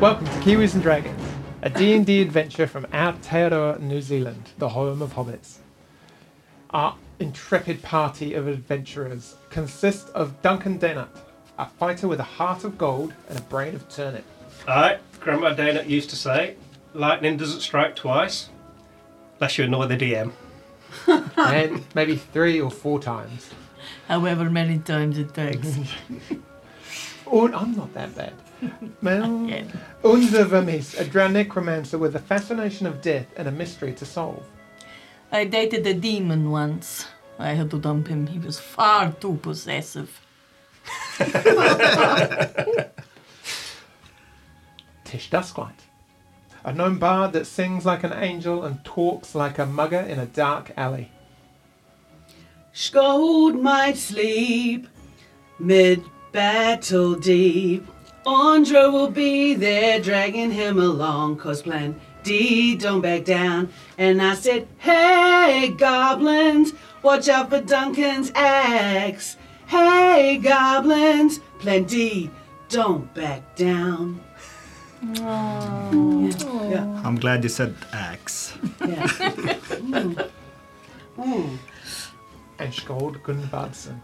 Welcome to Kiwis and Dragons, a D&D adventure from Aotearoa, New Zealand, the home of hobbits. Our intrepid party of adventurers consists of Duncan Dennett, a fighter with a heart of gold and a brain of turnip. Aye, Grandma Dana used to say, lightning doesn't strike twice, unless you annoy the DM. and maybe three or four times. however many times it takes. Oh, I'm not that bad. Well, Yeah. Unza Vermis, a drowned necromancer with a fascination of death and a mystery to solve. I dated a demon once. I had to dump him. He was far too possessive. Tish Dusklight. A gnome bard that sings like an angel and talks like a mugger in a dark alley. Scold my sleep, mid battle deep. Andra will be there, dragging him along, cause plan D don't back down. And I said, Hey, goblins, watch out for Duncan's axe. Hey, goblins, plan D don't back down. Yeah, I'm glad you said axe. yeah, yeah. Mm. Mm. And Skold Gunvardsson.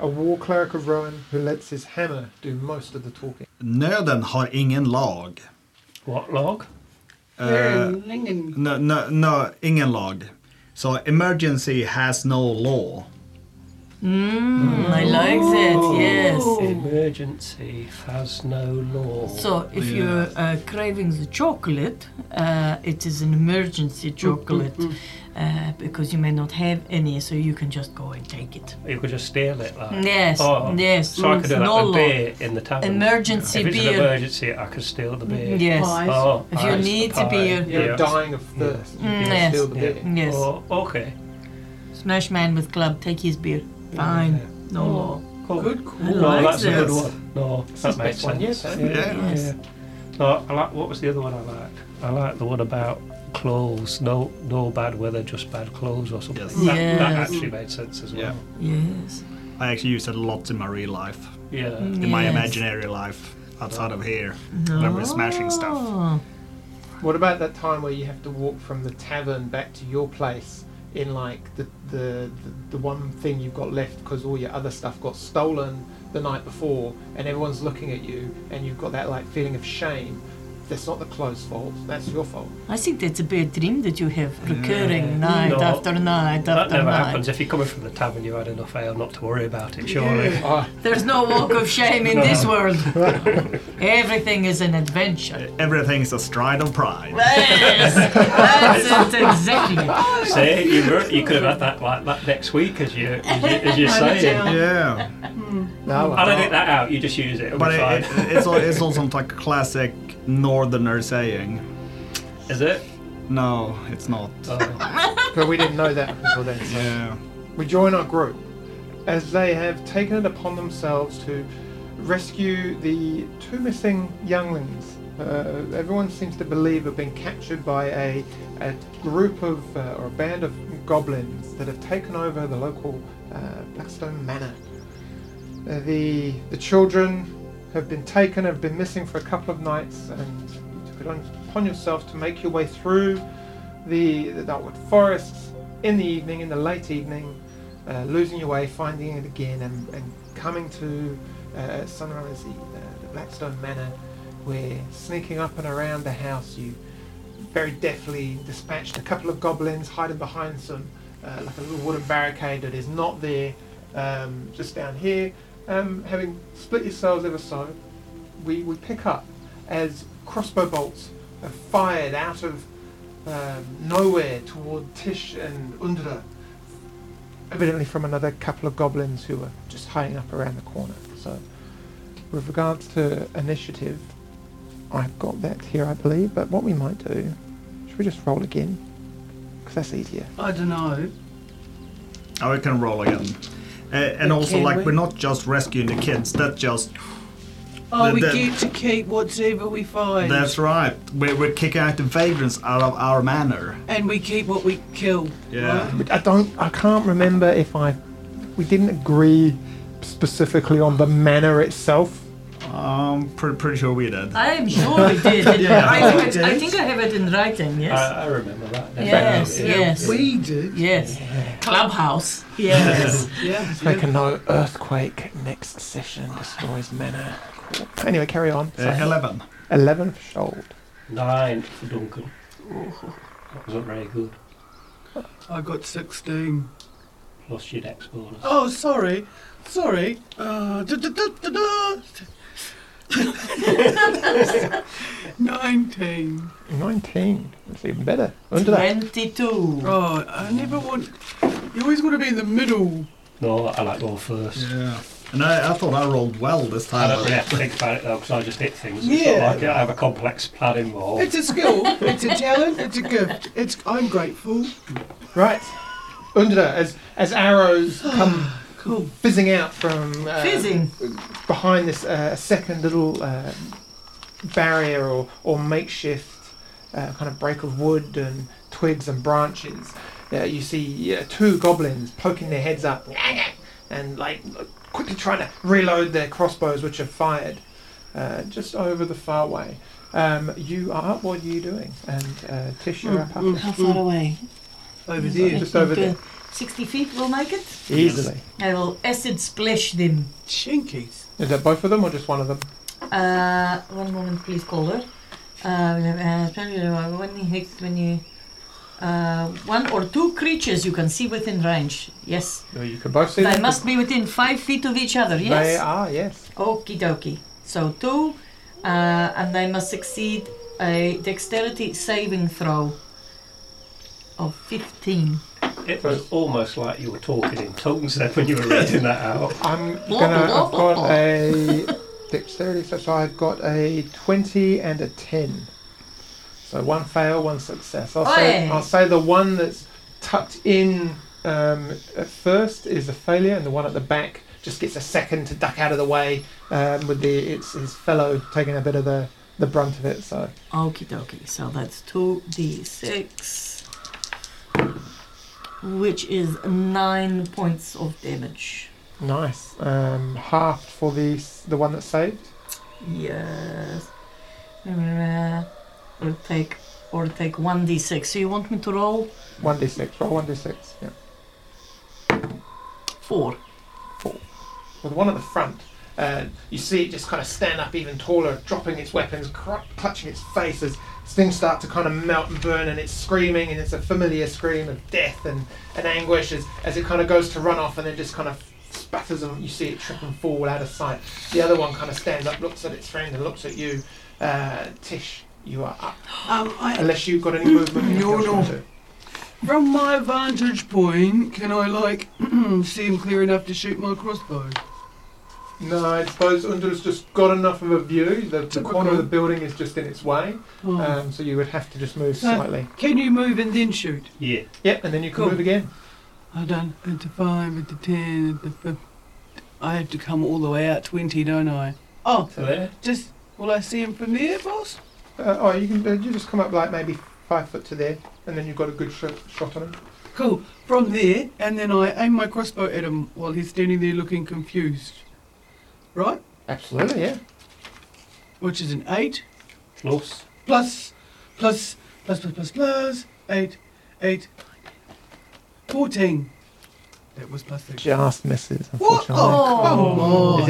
A war cleric of Rowan who lets his hammer do most of the talking. Nöden har ingen lag. What log? They're Uh, lingering. no, no, no, ingen lag. So emergency has no law. Mm, I Oh. like that, yes. Emergency has no law. So if you're uh, craving the chocolate, uh, it is an emergency chocolate uh, because you may not have any, so you can just go and take it. you could just steal it, like. Yes, Oh, yes. So I could do that no with law. beer in the tavern. Emergency if it's an beer. emergency, I could steal the beer. Yes. Pies. Oh, If you pies, need a to pie, be a- You're yeah. dying of thirst. You Mm, can yes. steal the Yeah. beer. Yes. Oh, okay. Smash man with club, take his beer. Fine. No law. Cool. Good No, call. like that's a this. good one. No, that the makes best one yet, sense. though. Yes. No, I like. What was the other one I liked? I liked the one about clothes. No, no bad weather, just bad clothes or something. Yes. That, that Yes. actually made sense as well. Yes. I actually use it a lot in my real life, Yeah. in my Yes. imaginary life, outside of here, when we're smashing stuff. Oh. What about that time where you have to walk from the tavern back to your place in like the the, the, the one thing you've got left because all your other stuff got stolen the night before and everyone's looking at you and you've got that like feeling of shame. That's not the clothes' fault. That's your fault. I think that's a bad dream that you have recurring night No. after night That after never night. happens. If you're coming from the tavern, you've had enough ale not to worry about it, surely. Oh, There's no walk of shame in this world. Everything is an adventure. Everything's a stride of pride. Yes, that's it exactly. Say you were, you could have had that like that next week, as you as, you, as you're Have it saying. down. Yeah, no, I'll edit that out. You just use it. It'll but be it, fine. it, it's, al- it's also like a classic northerner saying. Is it? No, it's not. Oh, but we didn't know that up until then. so- Yeah. We join our group as they have taken it upon themselves to rescue the two missing younglings. Uh, everyone seems to believe have been captured by a, a group of uh, or a band of goblins that have taken over the local uh, Blackstone Manor. Uh, the the children have been taken, have been missing for a couple of nights, and you took it on, upon yourself to make your way through the, the Darkwood forests in the evening, in the late evening, uh, losing your way, finding it again, and, and coming to uh, sunrise, the, uh, the Blackstone Manor, where sneaking up and around the house, you very deftly dispatched a couple of goblins hiding behind some, uh, like a little wooden barricade that is not there, um, just down here. Um, having split yourselves ever so, we, we pick up as crossbow bolts are fired out of um, nowhere toward Tish and Undra, evidently from another couple of goblins who were just hiding up around the corner. So, with regards to initiative, I've got that here, I believe. But what we might do, should we just roll again? Because that's easier. I don't know. Oh, we can roll again. Uh, and also, Can like, we? we're not just rescuing the kids. That's just. Oh, The- we the- get to keep whatever we find. That's right. We're, we're kicking out the vagrants out of our manor. and we keep what we kill. Yeah. right? But I don't. I can't remember if I. We didn't agree specifically on the manner itself. I'm pretty, Um, pretty sure we did. I'm sure we did. Yeah. I, think We I, I did. think I have it in writing, yes. I, I remember that. now. Yes, yes. We did. yes. Clubhouse. Yes. Yeah. Make a note, earthquake next session destroys manor. Cool. Anyway, carry on. Uh, Sorry. 11. 11 for Shold. Nine for Duncan. That wasn't very good. I got 16. Plus your next bonus. Oh, sorry. Sorry. Uh, da, da, da, da, da. 19. 19. That's even better. Under that. 22. Right, I never want. You always want to be in the middle. No, I like going first. Yeah. And I, I thought I rolled well this I time. don't really have to think about it though, because I just hit things. It's Yeah. not like I have a complex plan involved. It's a skill, it's a talent, it's a gift. It's I'm grateful. Right. Under that, as, as arrows come fizzing out from uh, Fizzing. behind this uh, second little uh, barrier or, or makeshift uh, kind of break of wood and twigs and branches, uh, you see uh, two goblins poking their heads up and like quickly trying to reload their crossbows, which are fired uh, just over the far way. Um, you are up. What are you doing? And uh, Tish, you're up. after. How far away? Over there. Just over there. 60 feet will make it. Easily. I will acid splash them. Shinkies. Is that both of them or just one of them? Uh, one moment, please, caller. Uh, we have, uh, apparently, uh, when you hit, when you, uh, one or two creatures you can see within range. Yes, No, you can both see they them. must be within five feet of each other. They Yes. are, yes. Okie dokie. So two, uh, and they must succeed a dexterity saving throw of fifteen. It was almost like you were talking in tongues then when you were reading that out. I'm Blah, gonna. blah, I've got blah, blah. a dexterity, so, so I've got a twenty and a ten. So one fail, one success. I'll say Oi. I'll say the one that's tucked in um, at first is a failure, and the one at the back just gets a second to duck out of the way um, with the it's his fellow taking a bit of the the brunt of it. So Okie dokie. So that's 2d6, which is 9 points of damage. nice. Um, half for the s- the one that's saved. Yes. Uh, Or take, or take 1d6. So you want me to roll One d six. Roll one d six. Yeah. 4? Well, the one at the front, uh, you see it just kind of stand up even taller, dropping its weapons, cr- clutching its face as things start to kind of melt and burn, and it's screaming, and it's a familiar scream of death and, and anguish as, as it kind of goes to run off and then just kind of spatters, and you see it trip and fall out of sight. The other one kind of stands up, looks at its friend, and looks at you. Uh, Tish, you are up. Um, I, Unless you've got any movement. you No, can no. do. from my vantage point, can I like see him clear enough to shoot my crossbow? No, I suppose Undra's just got enough of a view. The, the corner of the building is just in its way. Oh. Um, so you would have to just move So- slightly. can you move and then shoot? Yeah. Uh, Yep, and then you can Cool. move again. I done at the five, at the ten, at the fif- I have to come all the way out twenty, don't I? Oh, So there. just will I see him from there, boss? Uh, oh, you can uh, you just come up like maybe five foot to there, and then you've got a good shot, shot on him. Cool. From there, and then I aim my crossbow at him while he's standing there looking confused. Right? Absolutely, yeah. Which is an eight Plus. plus plus plus plus plus plus eight eight fourteen. That was plus six. Just misses, What? Oh, It come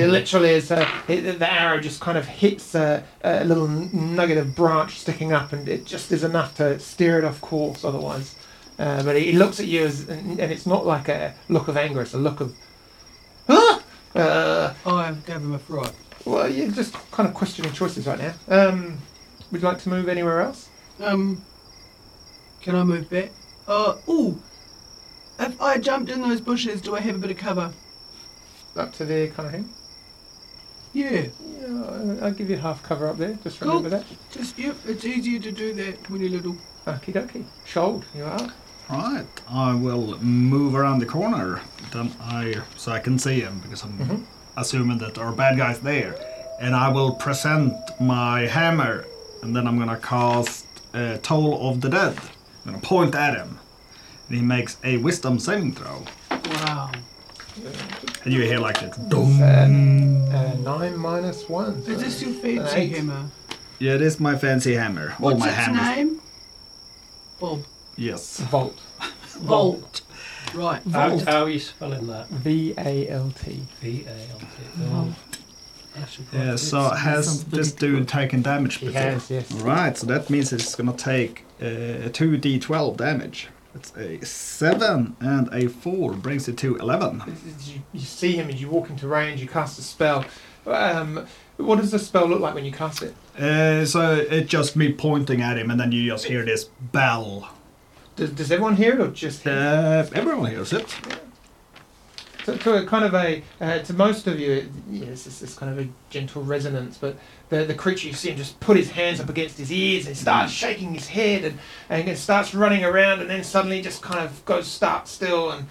on. literally is. Uh, it, the arrow just kind of hits a, a little nugget of branch sticking up, and it just is enough to steer it off course. Otherwise, uh, but he, he looks at you, as, and, and it's not like a look of anger. It's a look of, ah! uh, I gave him a fright. Well, you're just kind of questioning choices right now. Um, would you like to move anywhere else? Um, can I move back? Uh, ooh. If I jumped in those bushes, do I have a bit of cover? Up to there, kind of thing. Yeah. Yeah, I- I'll give you half cover up there. Just Cool. remember that. Just yep. It's easier to do that when you're little. Okie dokie. Shold, you are. Right, I will move around the corner. Then I, so I can see him because I'm assuming that our bad guy's there, and I will present my hammer, and then I'm gonna cast uh, Toll of the Dead. I'm gonna point at him, and he makes a Wisdom saving throw. Wow. And you hear like that. Uh, uh, nine minus one. so- Is this your fancy Eight. hammer? Yeah, it is my fancy hammer. All What's my its hammers. name? Bob. Yes. Volt. Volt. Right. How, how are you spelling that? V A L T. V A L T. Oh, that's a Yeah, so has this dude taken damage He before? has, yes. Right, so that means it's gonna take uh, 2d12 damage. It's a 7 and a 4 brings it to 11. You, you see him and you walk into range, you cast a spell. Um, what does the spell look like when you cast it? Uh, so it's just me pointing at him, and then you just hear this bell. Does, does everyone hear it or just him? Uh, everyone hears it. So, to a kind of a, uh, to most of you, it, yeah, it's, it's, it's kind of a gentle resonance, but the, the creature you see him just put his hands up against his ears and starts shaking his head and, and it starts running around and then suddenly just kind of goes start still and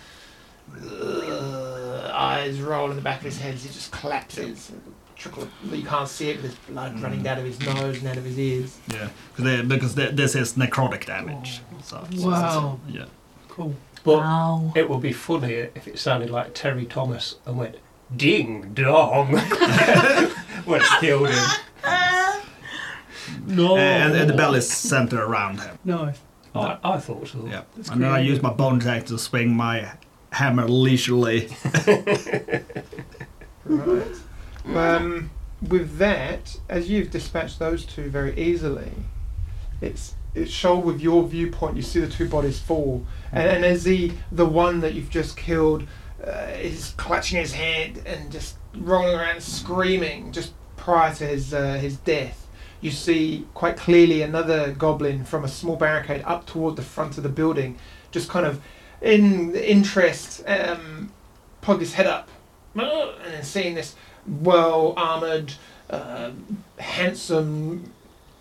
uh, eyes roll in the back of his head as he just collapses. Trickle, you can't see it, but there's blood running out of his nose and out of his ears. Yeah, 'cause they- because th this is necrotic damage. So, so- Wow. yeah. Cool. But Wow. it would be funny if it sounded like Terry Thomas and went ding dong when it killed him. No. Uh, And, and the bell is centered around him. No. I, I thought so. Yeah. And then I creative. use my bone attack to swing my hammer leisurely. Right. um, with that, as you've dispatched those two very easily, it's it's shown with your viewpoint. You see the two bodies fall, and, and as the the one that you've just killed uh, is clutching his head and just rolling around screaming just prior to his uh, his death. You see quite clearly another goblin from a small barricade up toward the front of the building, just kind of in interest, um, pog his head up uh, and then seeing this well armoured, uh, handsome,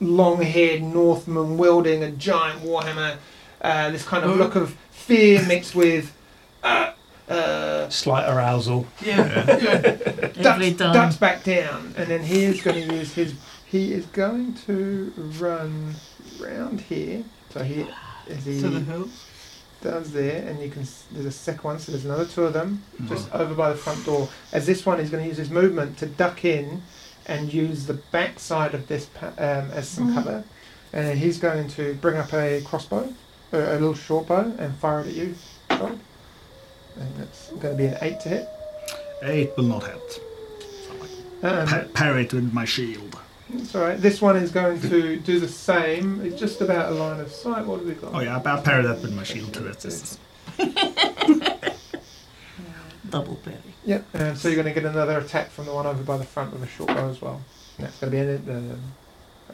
long haired Northman wielding a giant warhammer, uh, this kind of look of fear mixed with. Uh, uh, Slight arousal. Yeah. yeah. Every ducks, time. ducks back down, and then he is going to use his. He is going to run round here. So he, as he to the hills. does there, and you can. s- There's a second one, so there's another two of them just over by the front door. As this one is going to use his movement to duck in and use the back side of this pa- um, as some cover, and he's going to bring up a crossbow, a, a little short bow, and fire it at you. Sean. And that's going to be an eight to hit. Eight will not hit. So I Um, pa- parry it with my shield. it's all right. This one is going to do the same. It's just about a line of sight. What have we got? Oh yeah, I, I parry that with my shield too. It's, it's, Double parry. Yep, and so you're going to get another attack from the one over by the front with a short bow as well. And that's going to be an,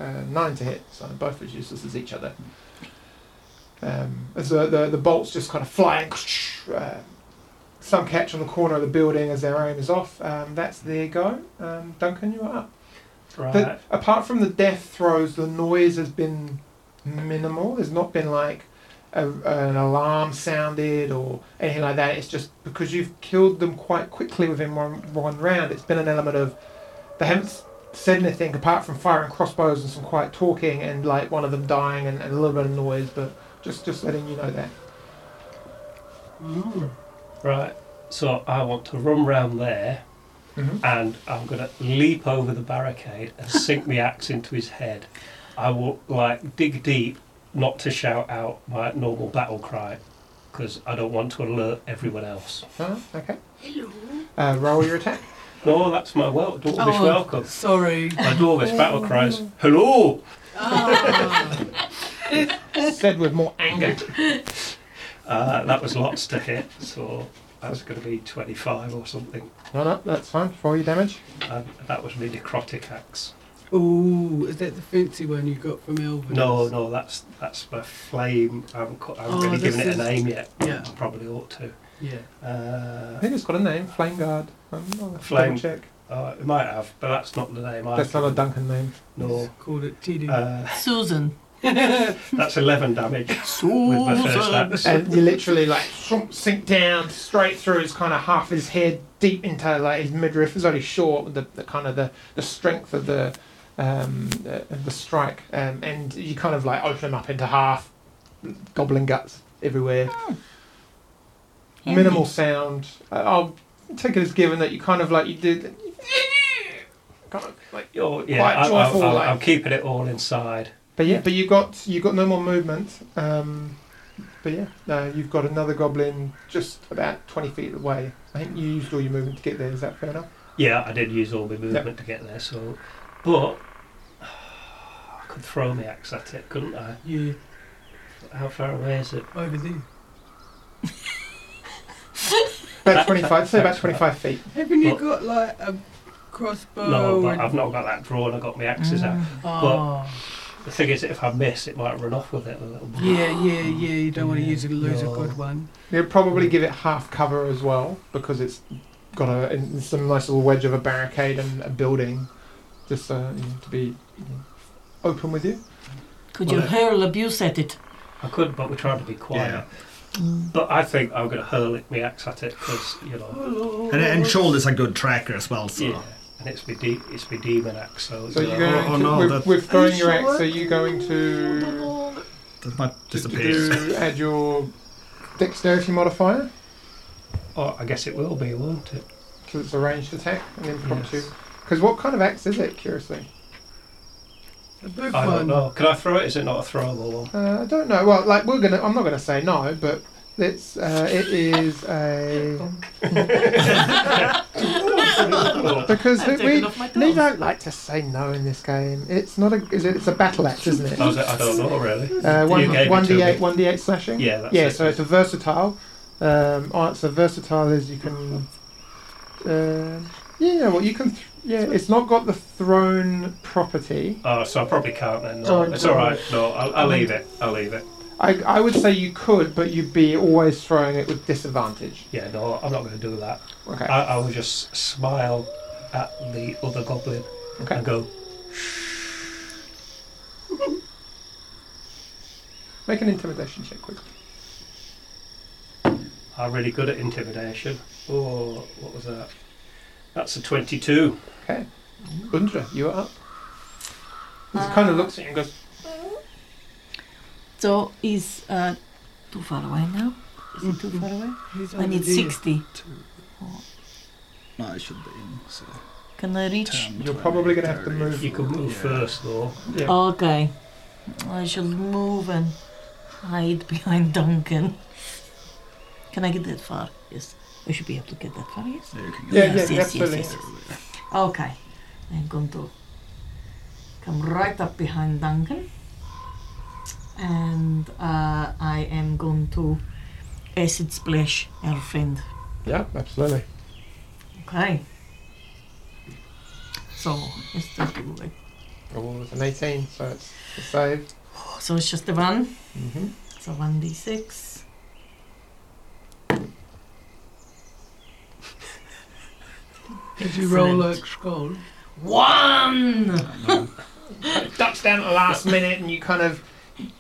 uh, uh, nine to hit, so both as useless as each other. Um, as the, the, the bolts just kind of flying, uh, some catch on the corner of the building as their aim is off. Um, that's their go. Um, Duncan, you are up. Right. But apart from the death throws, the noise has been minimal. There's not been like a, an alarm sounded or anything like that. It's just because you've killed them quite quickly within one, one round. It's been an element of they haven't s- said anything apart from firing crossbows and some quiet talking and like one of them dying and, and a little bit of noise, but just just letting you know that. Right. So I want to run round there Mhm. and I'm going to leap over the barricade and sink my axe into his head. I will like dig deep not to shout out my normal battle cry because I don't want to alert everyone else. Huh? Okay. Hello. Uh, roll your attack. No, that's my well, dwarvish Oh. welcome. Sorry. My dwarvish battle cries, hello! Ah. said with more anger. Uh, that was lots to hit, so that's going to be 25 or something. No, no, that's fine. For your damage. And that was my necrotic axe. Ooh, is that the fancy one you got from Elvin? No, no, that's that's my flame. I haven't, cu- I haven't Oh, really this given it a is- name yet. Yeah. I probably ought to. Yeah. I Uh, think it's got a name, Flame Guard. Um, I'm not Flame- check. oh, it might have, but that's not the name. That's I've not a Duncan name. No. Called it Teddy. Uh, Susan. that's 11 damage with my first axe. And Uh, you literally like shroom, sink down straight through his kind of half his head deep into like his midriff. It's only short with the, the kind of the, the strength of the um, uh, the strike, um, and you kind of like open him up into half, goblin guts everywhere. Minimal sound. Uh, I'll take it as given that you kind of like you did. Kind of like, Oh, yeah, Quite I, joyful, I, like- am keeping it all inside. but yeah, but you got you got no more movement. Um, but yeah, no, you've got another goblin just about twenty feet away. I think you used all your movement to get there. Is that fair enough? Yeah, I did use all my movement to get there, so. But. I could throw my axe at it, couldn't I? Yeah, How far away is it? over there. About twenty-five. Say about twenty-five feet. Haven't you But- got like a crossbow? No, but and- I've not got that drawn, I've got my axes out. mm, Ah. The thing is, if I miss, it might run off with it a little bit. yeah, yeah, yeah. You don't want to Yeah, use a lose no. a good one. You'll probably give it half cover as well because it's got a in- some nice little wedge of a barricade and a building, just uh, you know, to be you know, open with you. Could Well, uh, you it- hurl abuse at it? I could, but we're trying to be quiet. Yeah. Mm. But I think I'm going to hurl it, my axe at it, because, you know. And, and shoulder's a good tracker as well, so. Yeah. And it's my, de- it's my demon axe, so. So you you're know, going Oh, oh to, no, with, that's- with Are you throwing your axe. sure? Are you going to That might to, disappear. to add your dexterity modifier? Oh, I guess it will be, won't it? Because it's a ranged attack, an impromptu. Yes. Because what kind of axe is it? Curiously, A big I don't one. know. Can I throw it? Is it not a throwable one? uh, I don't know. Well, like we're gonna. I'm not gonna say no, but it's uh, it is a because I've we taken off my They gloves. don't like to say no in this game. It's not a. Is it, it's a battle axe, isn't I, it? was, I don't know, really. Uh, You gave one it one to d eight, me. one d eight slashing. Yeah, that's yeah. it. So it's a versatile. Um, oh, so versatile is you can. Uh, yeah. Well, you can. Th- yeah. It's not got the thrown property. Oh, so I probably can't then. No, Oh, it's God. all right. No, I'll, um, I'll leave it. I'll leave it. I I would say you could, but you'd be always throwing it with disadvantage. Yeah, no, I'm not going to do that. Okay. I, I will just smile at the other goblin okay. and go, Make an intimidation check quickly. I'm really good at intimidation. Oh, what was that? That's a 22. Okay. Undra, you are up. This kind of looks at you and goes. So is uh, too far away now. Is it too far away? He's I need over there. 60. No, it should be in, so. Can I reach? You're probably gonna have to move. You can move Yeah. first, though. Yeah. Okay. I shall move and hide behind Duncan. Can I get that far? Yes. I should be able to get that far, yes? There you can Yeah, go. yeah, Yes, yes, yes, absolutely. yes. Okay. I'm going to come right up behind Duncan. And uh, I am going to acid splash our friend. Yeah, absolutely. Okay. So it's the two, right? Oh, it's an 18, so it's a save. So it's just the one. Mm-hmm. So one d six. Did you roll a scroll? One. Ducks down at the last minute, and you kind of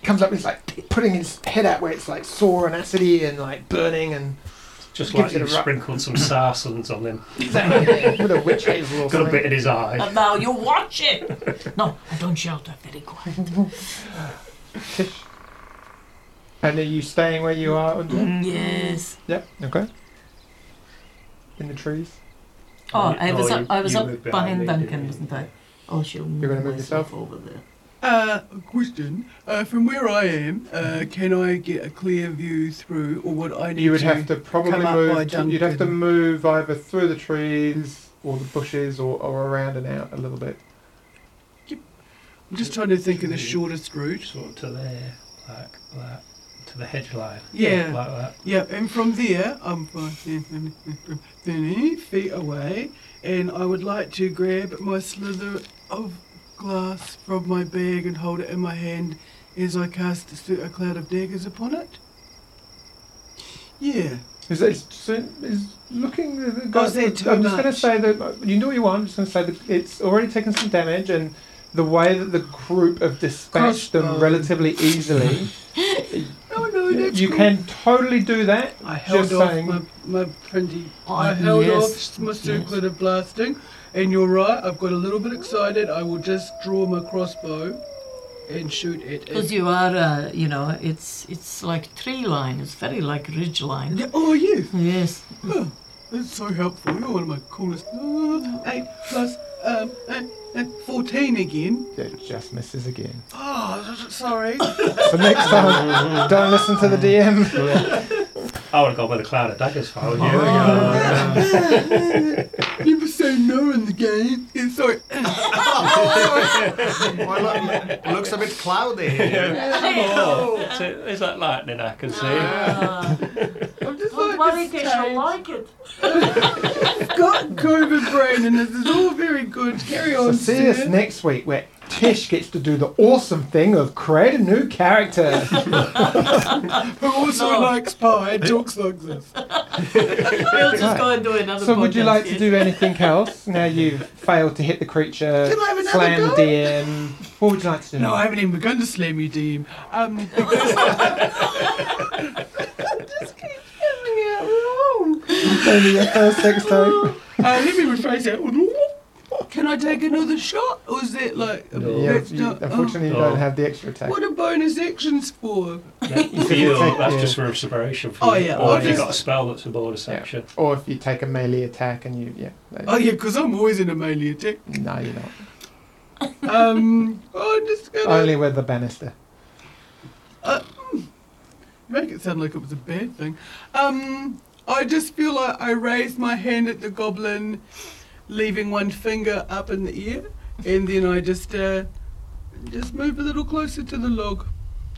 comes up. and He's like putting his head out where it's like sore and acidy and like burning, and Just Gives like it a you ru- sprinkled some sarsens on him. with a witch hazel or Got a something. bit in his eye. And now you watch it. No, I don't shout. I'm very quiet. And are you staying where you are? Under? Mm-hmm. yes. Yep. Okay. In the trees. Oh, you- I was oh, up, you- I was you up were behind behind me, Duncan, didn't you? wasn't I? Oh, she'll move You're gonna move myself over there. Uh, question. Uh, from where I am, uh, can I get a clear view through, or what I need You would to? have to probably come up by move. You'd have to Duncan. move either through the trees or the bushes or, or around and out a little bit. I'm just trying to think of the shortest route. Sort of to there, like that, to the hedge line. Yeah. Like that. Yeah, and from there, I'm five, ten, fifteen, fifteen, thirty feet away, and I would like to grab my slither of glass from my bag and hold it in my hand as I cast a cer- a cloud of daggers upon it. Yeah. Is that, is, is looking the the Oh, is there I'm just too going to much? say that uh, you know what you want. I'm just going to say that it's already taken some damage, and the way that the group have dispatched them Crossbow. relatively easily, Oh no, that's you cool. can totally do that. I held just off saying. Oh, my, my printy. Ah, I held yes, off my yes. circlet of blasting, and you're right. I've got a little bit excited. I will just draw my crossbow and shoot at Because it. you are, uh, you know, it's it's like tree line. It's very like ridge line. Yeah, Oh, you. Yes. That's so helpful. You're one of my coolest. Uh, Eight plus um, and, and fourteen again. It just misses again. Oh, s- sorry. So next time, don't listen to the DM. I would have gone with a cloud of daggers if I Oh. was you. People say no in the game. Yeah, sorry. Well, it looks a bit cloudy here. Oh, it's a- is that lightning I can see? Uh, I'm just don't like worry, this they shall stage. like it. got COVID brain, and this is all very good. Carry So on. see us sir. next week where Tish gets to do the awesome thing of create a new character. Who also No. likes pie and talks like this. We'll just go and do another so would you podcast, like to yes. do anything else now you've failed to hit the creature, Can I have another slam the go? DM? What would you like to do? No, I haven't even begun to slam you, DM. Um, Maybe your first sex time. Uh, let me rephrase that. Can I take another shot? Or is that like a No. Yeah, that's you, not- oh, unfortunately, you Oh. don't have the extra attack. what are bonus actions for? for you, take- that's yeah. just for inspiration. For Oh, you. yeah, Or I'll if you've just- got a spell that's a bonus Yeah. action. Or if you take a melee attack and you, yeah. no, Oh yeah, because I'm always in a melee attack. No, you're not. Um, I'm just gonna Only with the banister. make it sound like it was a bad thing. Um, I just feel like I raised my hand at the goblin, leaving one finger up in the air, and then I just uh, just move a little closer to the log.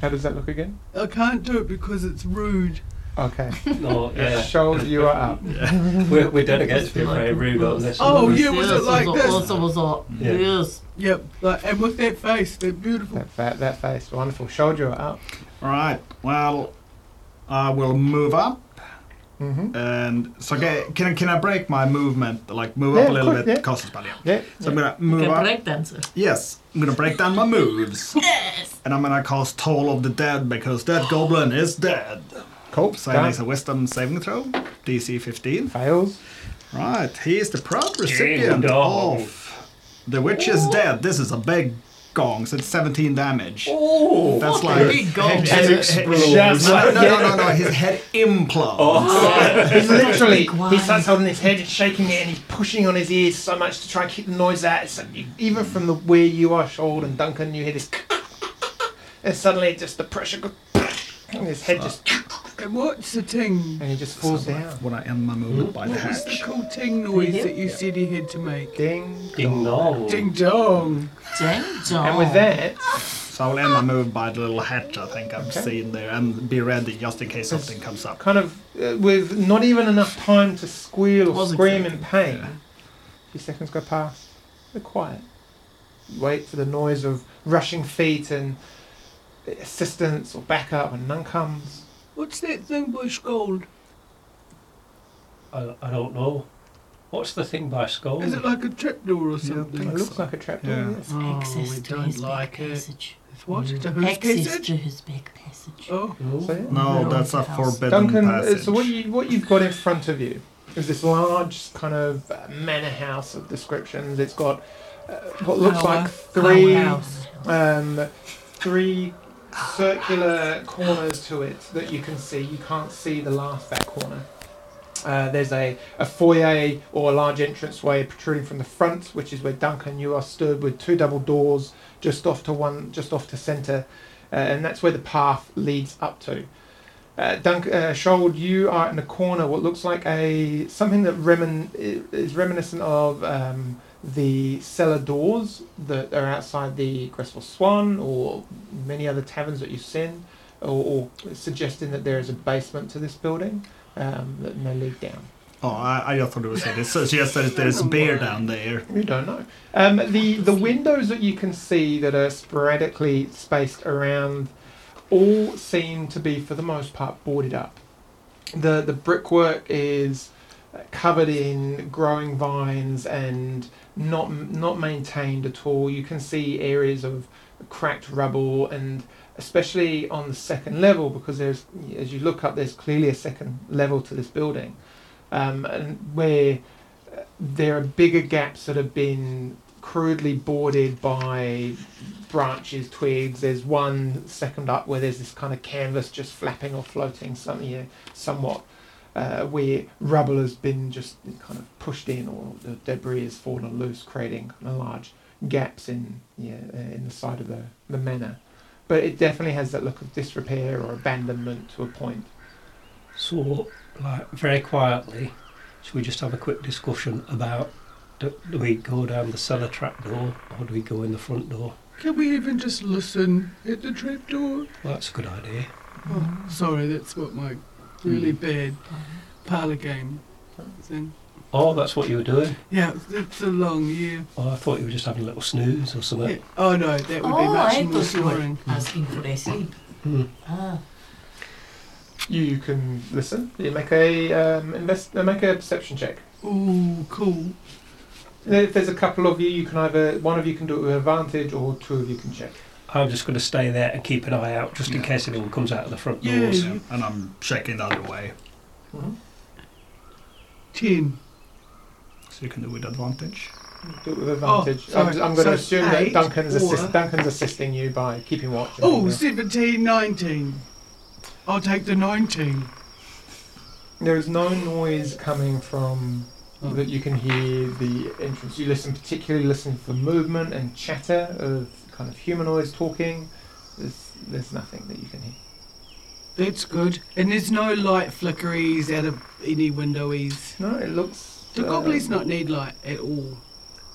How does that look again? I can't do it because it's rude. Okay. No, yeah. Shoulder, you are up. We're, we're dead against being very rude on this. Oh, one. yeah, was it like Yes, this? also, also, also. Yeah. Yes. Yep, like, and with that face, that beautiful. That, fa- that face, wonderful. Shoulder, you are up. All right. Well, I will move up. Mm-hmm. And so ca- can I- can I break my movement? Like move Yeah, up a of little course, bit, yeah. cast a spell. Yeah. Yeah. So I'm gonna move Okay, up. break dancer. Yes, I'm gonna break down my moves. Yes. And I'm gonna cast Toll of the Dead because that goblin is dead. Cool. So he done. makes a wisdom saving throw, DC 15. Fails. Right, he is the proud recipient dong. of The Witch is Dead. This is a big gong, so it's 17 damage. Oh, That's like. Big gong. Head uh, explodes. Just No, like- no, no, no, no, his head implodes. He's literally, big one. he starts holding his head and shaking it and he's pushing on his ears so much to try and keep the noise out. It's like you- even from the where you are, Shoal and Duncan, you hear this. And suddenly it just the pressure goes. And his head just. And what's the ting? And he just falls down. When I end my movement by the What was the hatch. cool ting noise that you said he had to make? Ding. ding dong. Ding dong. Dang dong. And with that, So I will end my move by the little hatch I think I've seen there and be ready just in case something comes up. kind of uh, with not even enough time to squeal or Wasn't scream it? in pain, a few seconds go past. They're quiet. You wait for the noise of rushing feet and assistance or backup, and none comes. What's that thing by Scold? I, I don't know. What's the thing by skull? Is it like a trapdoor or something? It looks like a trapdoor. Yeah. yes. Oh, Access we to don't his like back it. passage. It's what? It's a hoof Access passage? to his back passage. Oh, So, yeah. No, No, that's a it's a house. forbidden Duncan, uh, passage. so what you what you've got in front of you is this large kind of uh, manor house of descriptions. It's got uh, what looks Power- like three powerhouse. um, three circular corners to it that you can see. You can't see the last back corner. Uh, there's a, a foyer or a large entranceway protruding from the front, which is where Duncan you are stood with two double doors just off to one, just off to centre, uh, and that's where the path leads up to. Uh, Dunk, uh, Shold, you are in the corner. What looks like a something that remin- i- is reminiscent of um, the cellar doors that are outside the Crestful Swan or many other taverns that you've seen, or, or suggesting that there is a basement to this building um, that may lead down. Oh, I, I just thought it was it suggests that there's a bear down there. You don't know. Um, the the windows that you can see that are sporadically spaced around all seem to be, for the most part, boarded up. the The brickwork is uh, covered in growing vines and not not maintained at all. You can see areas of cracked rubble and especially on the second level because there's as you look up there's clearly a second level to this building um, and where there are bigger gaps that have been crudely boarded by branches, twigs. There's one second up where there's this kind of canvas just flapping or floating, something you know, somewhat uh, where rubble has been just kind of pushed in or the debris has fallen loose, creating kind of large gaps in yeah, uh, in the side of the, the manor. But it definitely has that look of disrepair or abandonment to a point. So, like, very quietly, should we just have a quick discussion about do, do we go down the cellar trap door or do we go in the front door? Can we even just listen at the trapdoor? Well, that's a good idea. Oh, Mm. sorry, that's what my really bad parlor game thing. Oh, that's what you were doing. Yeah, it's- it's a long year. Oh, I thought you were just having a little snooze or something. Yeah. Oh no, that would be Oh, much I more thought you were- boring. Asking for a sleep. Hmm. Ah, You can listen. You make a um, invest. Uh, make a perception check. Ooh, cool. If there's a couple of you, you can either one of you can do it with advantage, or two of you can check. I'm just going to stay there and keep an eye out just in Yeah. case anyone comes out of the front Yeah. doors. Yeah, and I'm checking the other way. Mm-hmm. Ten. So you can do with advantage. Do it with advantage. sorry. I'm, I'm going to So assume that eight Duncan's, or- assist, Duncan's assisting you by keeping watch. and Oh, everything. 17, 19. I'll take the 19. there is no noise coming from Oh. that you can hear the entrance. You listen, particularly listen for movement and chatter of kind of humanoids talking. There's, there's nothing that you can hear. That's good. And there's no light flickeries out of any windowies. No, it looks. Do uh, goblins not need light at all?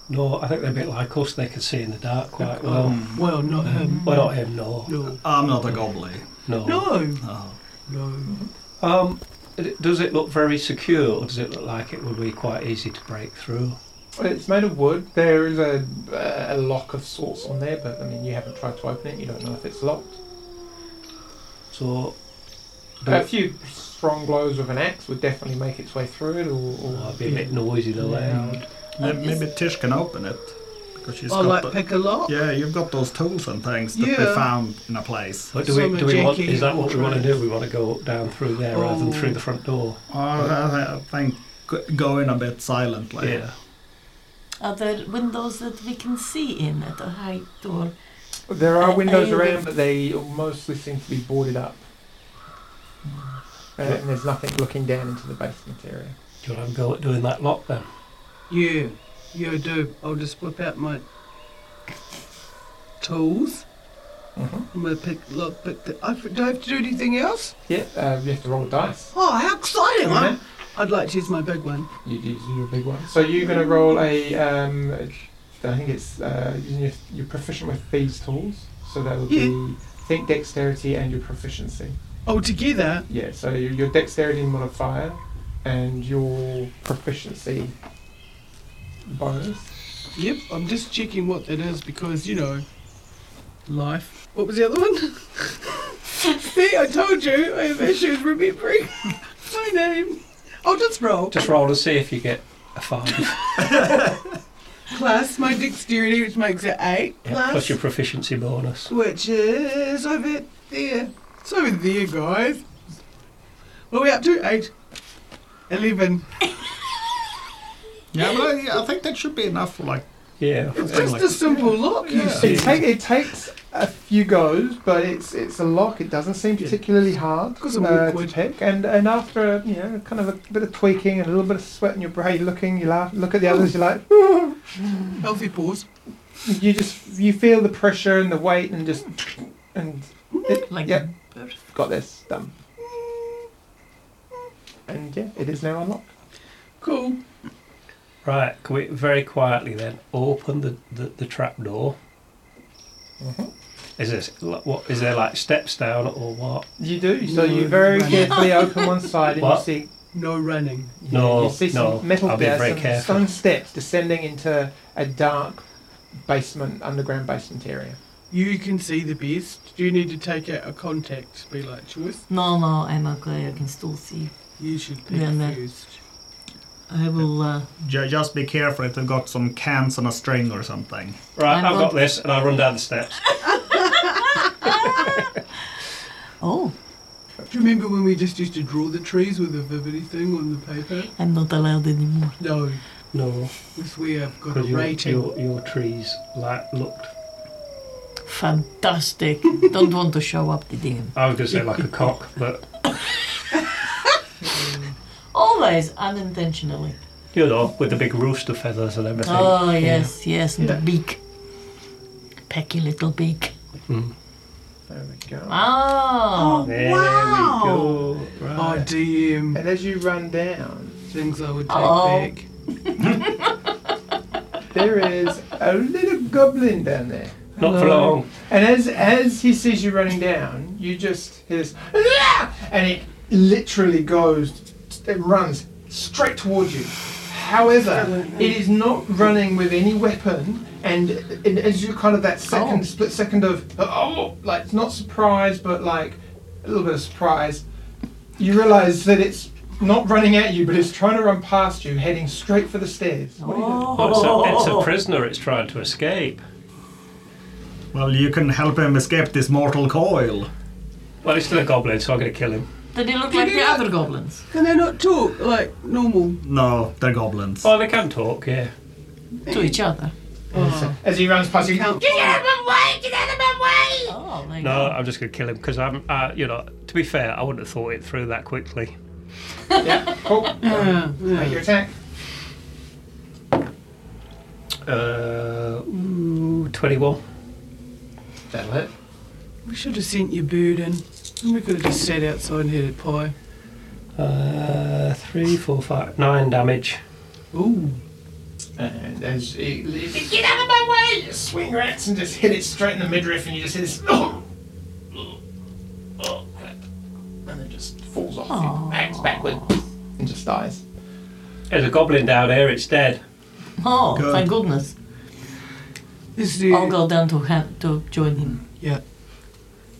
No, I think they're a bit like us. They can see in the dark quite Oh, well. Um, Well, not him. Well, not him. No, No. I'm not a goblin. Mm. Uh, no. No. No. No. Um, d- does it look very secure, or does it look like it would be quite easy to break through? It's made of wood. There is a, a lock of sorts on there, but I mean, you haven't tried to open it. You don't know if it's locked. So, do A it- few strong blows with an axe would definitely make its way through it, or, or oh, it'd be a bit noisy though. eh? May- Maybe Tish can open it. Because she's Oh, got like the- pick a lock? Yeah, you've got those tools and things that Yeah. we found in a place. Uh, But do we, Some do we want? janky Is that what we want to controls. do? We want to go down through there rather than through the front door. Or I think g- going a bit silently. Yeah. are there windows that we can see in at the high door? There Uh, are are windows you- around, but they mostly seem to be boarded up. Uh, and there's nothing looking down into the basement area. Do you want to go at doing that lock then? Yeah. Yeah, I do. I'll just whip out my tools. Mm-hmm. I'm gonna pick lock pick the I do I have to do anything else? Yeah, uh, you have to roll a dice. Oh how exciting! Yeah. I'm- I'd like to use my big one. You do you do a big one. So you're going to roll a. Um, I think it's uh, you're, you're proficient with thieves' tools, so that would be think dexterity and your proficiency. Oh together. Yeah, so your your dexterity modifier and your proficiency bonus. Yep, I'm just checking what that is because you know life. What was the other one? See, I told you I have issues remembering my name. I'll just roll. Just roll and see if you get a five. Plus my dexterity, which makes it eight. yeah, plus your proficiency bonus. which is over there. It's over there, guys. What are we up to? Eight. Eleven. Yeah, but I, I think that should be enough for like. Yeah. It's Yeah, just like- a simple lock, you Yeah. It, see. take, it takes a few goes, but it's it's a lock. It doesn't seem particularly hard uh, 'Cause I'm to awkward. pick. And and after you know, kind of a bit of tweaking and a little bit of sweat in your brain, looking, you laugh, look at the others, you're like, Healthy pause. you just you feel the pressure and the weight and just and it, Like yeah, got this done. And yeah, it is now unlocked. Cool. Right. Can we very quietly then open the the, the trap door? Mm-hmm. Is this what? Is there like steps down or what? You do so. You very Right. carefully open one side and you What? see No running. No, you see no, some metal I'll be there, very some careful. stone steps descending into a dark basement, underground basement area. You can see the best. Do you need to take out a contact? Be like, choice. No, no, I'm okay. I can still see. You should pick Then that- first. I will. Uh, Ju- just be careful if they've got some cans on a string or something. Right. I'm I've got on- this, and I run down the steps. oh, Do you remember when we just used to draw the trees with a vividity thing on the paper? I'm not allowed anymore. No, No, this way I've got a because your, rating. your your trees like looked. Fantastic. Don't want to show up the DM. I was going to say like a cock, but Always unintentionally. You know, with the big rooster feathers and everything. Oh, yes, yes, and Yeah. the beak. Pecky little beak. There we go. Ah. Oh. There Wow. we go. Right. Oh, DM. And as you run down, Things I would take Oh. back. there is a little goblin down there. Not for Hello. long. And as as he sees you running down, you just hear this, "Ah!" and it literally goes, it runs straight towards you. However, it is not running with any weapon, and it, as you kind of that second Oh. split second of oh, like it's not surprised, but like a little bit of surprise, you realise that it's not running at you, but it's trying to run past you, heading straight for the stairs. Oh, it's, a, it's a prisoner. It's trying to escape. Well, you can help him escape this mortal coil. Well, he's still a goblin, so I'm going to kill him. Did he look like the other goblins? Can they not talk like normal? No, they're goblins. Oh, they can talk, yeah. To each other. As he runs past you, Count. Oh, my No, God. I'm just going to kill him because I'm, uh, you know, to be fair, I wouldn't have thought it through that quickly. yeah, cool. Make your attack. Uh, ooh, 21. That'll hit. We should have sent your bird in. And we could have just sat outside and had a pie. Uh, three, four, five, nine damage. Ooh. Uh, And as it leaves, get out of my way! You swing your axe and just hit it straight in the midriff, and you just hit this. Oh, oh, and it just falls off. you. Axe backward and just dies. There's a goblin down here, it's dead. Oh, Good. thank goodness. This dude. I'll go down to him, to join him. Yeah.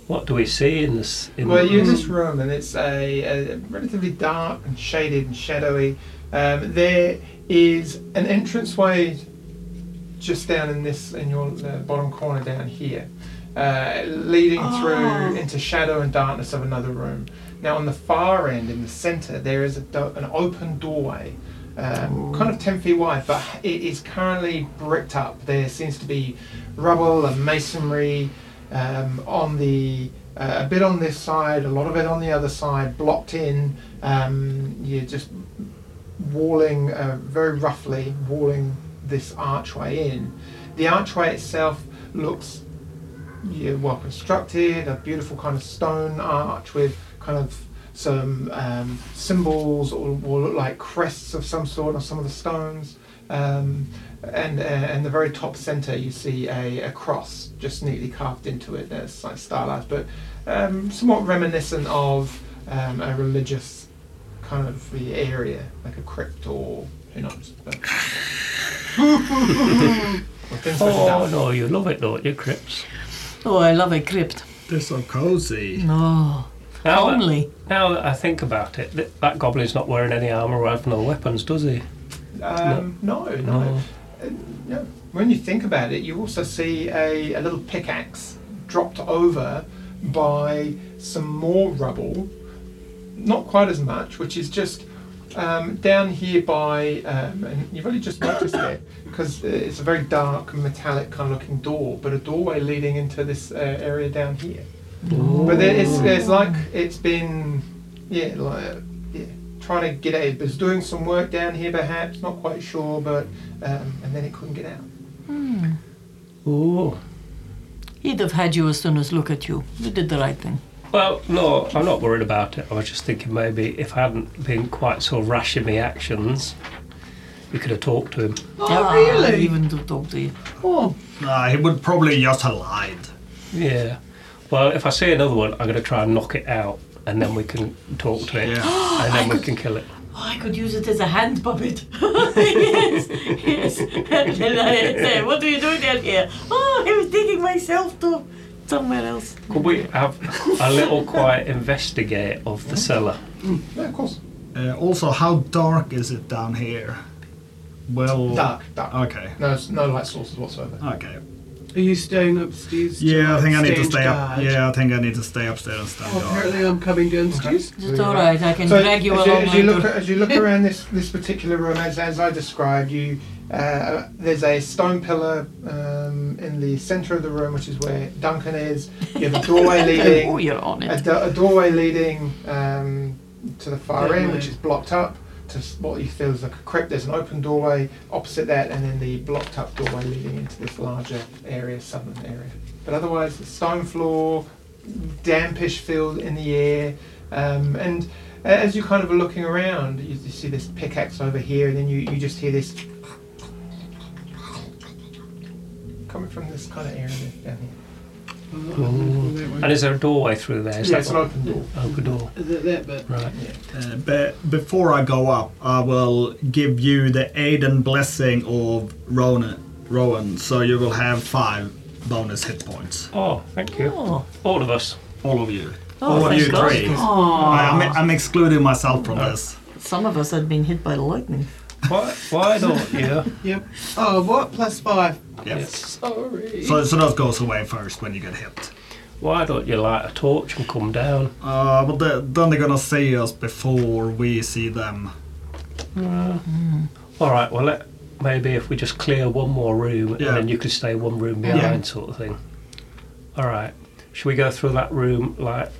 What do we see in this? In Well, you're in this room, and it's a, a relatively dark and shaded and shadowy. Um, there is an entranceway just down in this, in your uh, bottom corner down here, uh, leading through into shadow and darkness of another room. Now, on the far end, in the centre, there is a do- an open doorway, um, kind of 10 feet wide, but it is currently bricked up. There seems to be rubble and masonry um, on the uh, a bit on this side, a lot of it on the other side, blocked in. Um, you're just walling uh, very roughly, walling this archway in. The archway itself looks yeah, well constructed, a beautiful kind of stone arch with kind of some um, symbols or, or look like crests of some sort on some of the stones. Um, and uh, and the very top center, you see a, a cross just neatly carved into it. There's like stylized, but um, somewhat reminiscent of um, a religious kind of the area, like a crypt or who knows. But Or things like Oh, that. no, you love it, don't you, Crips? Oh, I love a crypt. They're so cozy. No. Now that- Only. Now that I think about it, th- that goblin's not wearing any armour or has no weapons, does he? Um, no, no. No. Uh, no. When you think about it, you also see a, a little pickaxe dropped over by some more rubble. Not quite as much, which is just um, down here by, um, and you've only just noticed it because it's a very dark, metallic kind of looking door, but a doorway leading into this uh, area down here. But there, it's, it's like it's been, yeah, like, yeah, trying to get out. It was doing some work down here, perhaps, not quite sure, but, um, and then it couldn't get out. Ooh. He'd have had you as soon as look at you. You did the right thing. Well, no, I'm not worried about it. I was just thinking maybe if I hadn't been quite so rash in my actions, you could have talked to him. Oh, Ah, really? Even to talk to you. Oh, Nah, he would probably just have lied. Yeah. Well, if I see another one, I'm going to try and knock it out, and then we can talk to it, and then we can kill it. Oh, I could use it as a hand puppet. yes, yes. And then I say, what are you doing down here? Oh, I was taking myself to somewhere else. Could we have a little quiet investigate of the cellar? Yeah, of course. Uh, also, how dark is it down here? Well, Dark, dark. Okay. No, it's no light sources whatsoever. Okay. are you staying upstairs? to, Yeah, I like, think I need to stand stay up. guard? Yeah, I think I need to stay upstairs and stand Oh, guard. apparently I'm coming downstairs. It's all right. I can So drag you as, you, along. as you later. look as you look around this this particular room, as, as I described, you uh, there's a stone pillar um, in the centre of the room, which is where Duncan is. You have a doorway leading. Oh, you're on a, it. do- a doorway leading um, to the far Yeah, end, mate. which is blocked up. to s- what he feels like a crypt. There's an open doorway opposite that, and then the blocked up doorway leading into this larger area, southern area. But otherwise, the stone floor, dampish feel in the air, um, and a- as you kind of are looking around, you, you see this pickaxe over here, and then you, you just hear this coming from this kind of area down here. And is there a doorway through there? Is yeah, that it's an what- open door. open door. That, that bit. Right. Uh, but before I go up, I will give you the aid and blessing of Rowan, Rowan so you will have five bonus hit points. Oh, thank you. Oh, All of us. All of you. oh All of thank you God. Oh, three. I, I'm, I'm excluding myself from this. Some of us had been hit by lightning. Why, why don't you? Yep. Oh, what? Plus five. Yes. Sorry. So, so that goes away first when you get hit. Why don't you light a torch and come down? Uh, but the, then they're gonna see us before we see them. All right. Well, let, maybe if we just clear one more room, Yeah. and then you can stay one room Yeah. behind, sort of thing. All right. Should we go through that room, like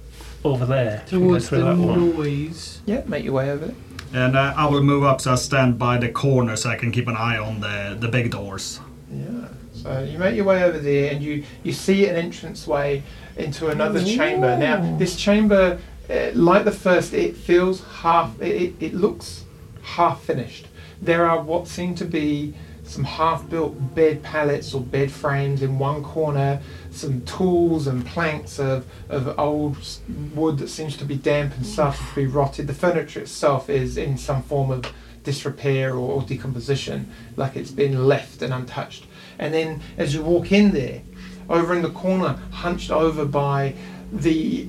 over there? Should we go Towards through the that one? noise. Yeah, make your way over there. And uh, I will move up so I stand by the corner so I can keep an eye on the, the big doors. Yeah. So you make your way over there, and you you see an entranceway into another chamber. Now, this chamber, uh, like the first, it feels half. It, it, it looks half finished. There are what seem to be some half-built bed pallets or bed frames in one corner, some tools and planks of, of old s- wood that seems to be damp and started to be rotted. The furniture itself is in some form of disrepair or, or decomposition, like it's been left and untouched. And then as you walk in there, over in the corner, hunched over by the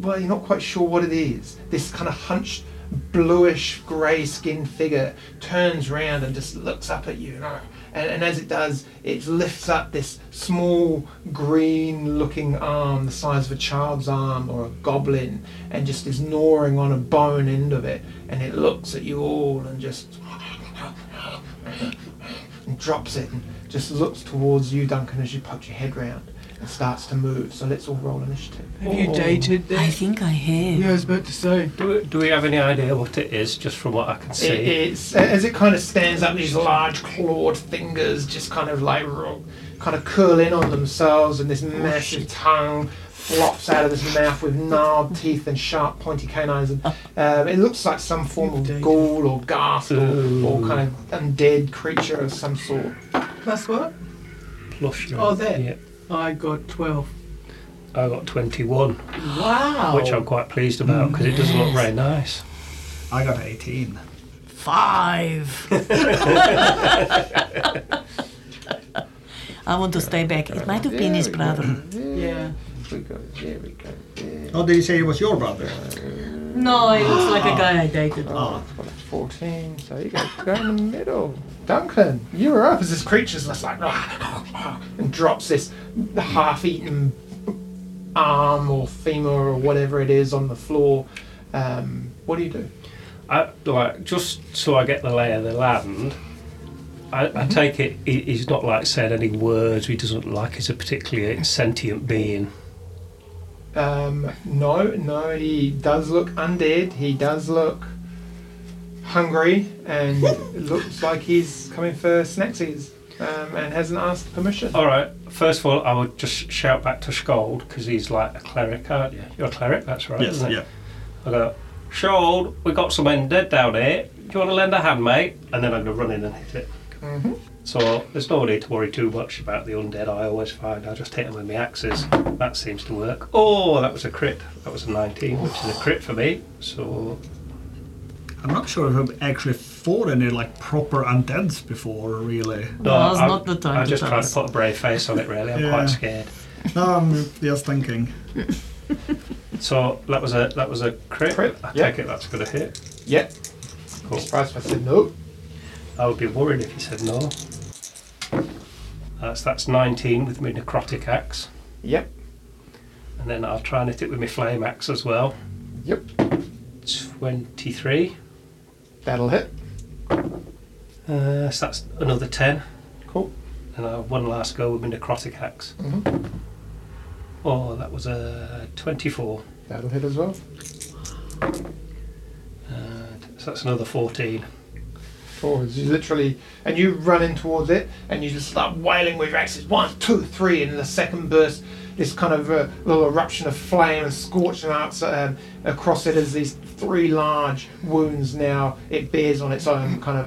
well, you're not quite sure what it is. This kind of hunched, bluish grey skinned figure turns round and just looks up at you. you know. And, and as it does, it lifts up this small green looking arm, the size of a child's arm or a goblin, and just is gnawing on a bone end of it. And it looks at you all and just and drops it and just looks towards you, Duncan, as you poke your head round and starts to move. So let's all roll initiative. Have you Oh. dated I that? think I have. Yeah, I was about to say. Do we, do we have any idea what it is, just from what I can see? It, it's as it kind of stands up, these large clawed fingers just kind of like ro- kind of curl in on themselves, and this massive tongue flops out of this mouth with gnarled teeth and sharp pointy canines. And, um, it looks like some form of ghoul or ghast or, or kind of undead creature of some sort. Plus what? Plus your- Oh, that. Yeah, I got 12. I got 21, Wow. which I'm quite pleased about because it does look very nice. I got 18. Five. I want to stay back. It might have been his brother. Yeah. We go, there we go. There. Oh, did you say it was your brother? No, he looks like a guy I dated. Oh. Well, it's 14, so you gotta go in the middle. Duncan, you're up as this creature's just like, and drops this half eaten arm or femur or whatever it is on the floor. Um, what do you do? I, like just so I get the lay of the land. I, I take it he, he's not like said any words. He doesn't like he's a particularly sentient being. Um, no, no, he does look undead, he does look hungry, and it looks like he's coming for snacksies um, and hasn't asked permission. All right. First of all, I would just shout back to Scold because he's like a cleric, aren't you? You're a cleric, that's right. Yes, isn't it? yeah. I go, Scold, we got some undead down here. Do you want to lend a hand, mate? And then I go run in and hit it. Mm-hmm. Mhm. So there's no need to worry too much about the undead. I always find I just hit them with my axes. That seems to work. Oh, that was a crit. That was a 19, which is a crit for me. So I'm not sure if I've actually fought any like proper undeads before, really. Now's I'm- not the time I'm to just tell trying us. to put a brave face on it. Really, I'm Yeah. quite scared. No, I'm Um, just thinking. So that was a that was a crit. Crit, I yeah. take it that's going to hit. Yep. Cool. Surprised if I said no. I would be worried if you said no. That's that's 19 with my necrotic axe, Yep. and then I'll try and hit it with my flame axe as well. Yep. 23. That'll hit. Uh, so that's another 10, Cool. and I have one last go with my necrotic axe. Mhm. Oh, that was a 24. That'll hit as well. Uh, so So that's another 14. forwards. You literally, and you run in towards it, and you just start wailing with your axes. One, two, three, and in the second burst, this kind of uh, little eruption of flame and scorching arts um, across it as these three large wounds now it bears on its own kind of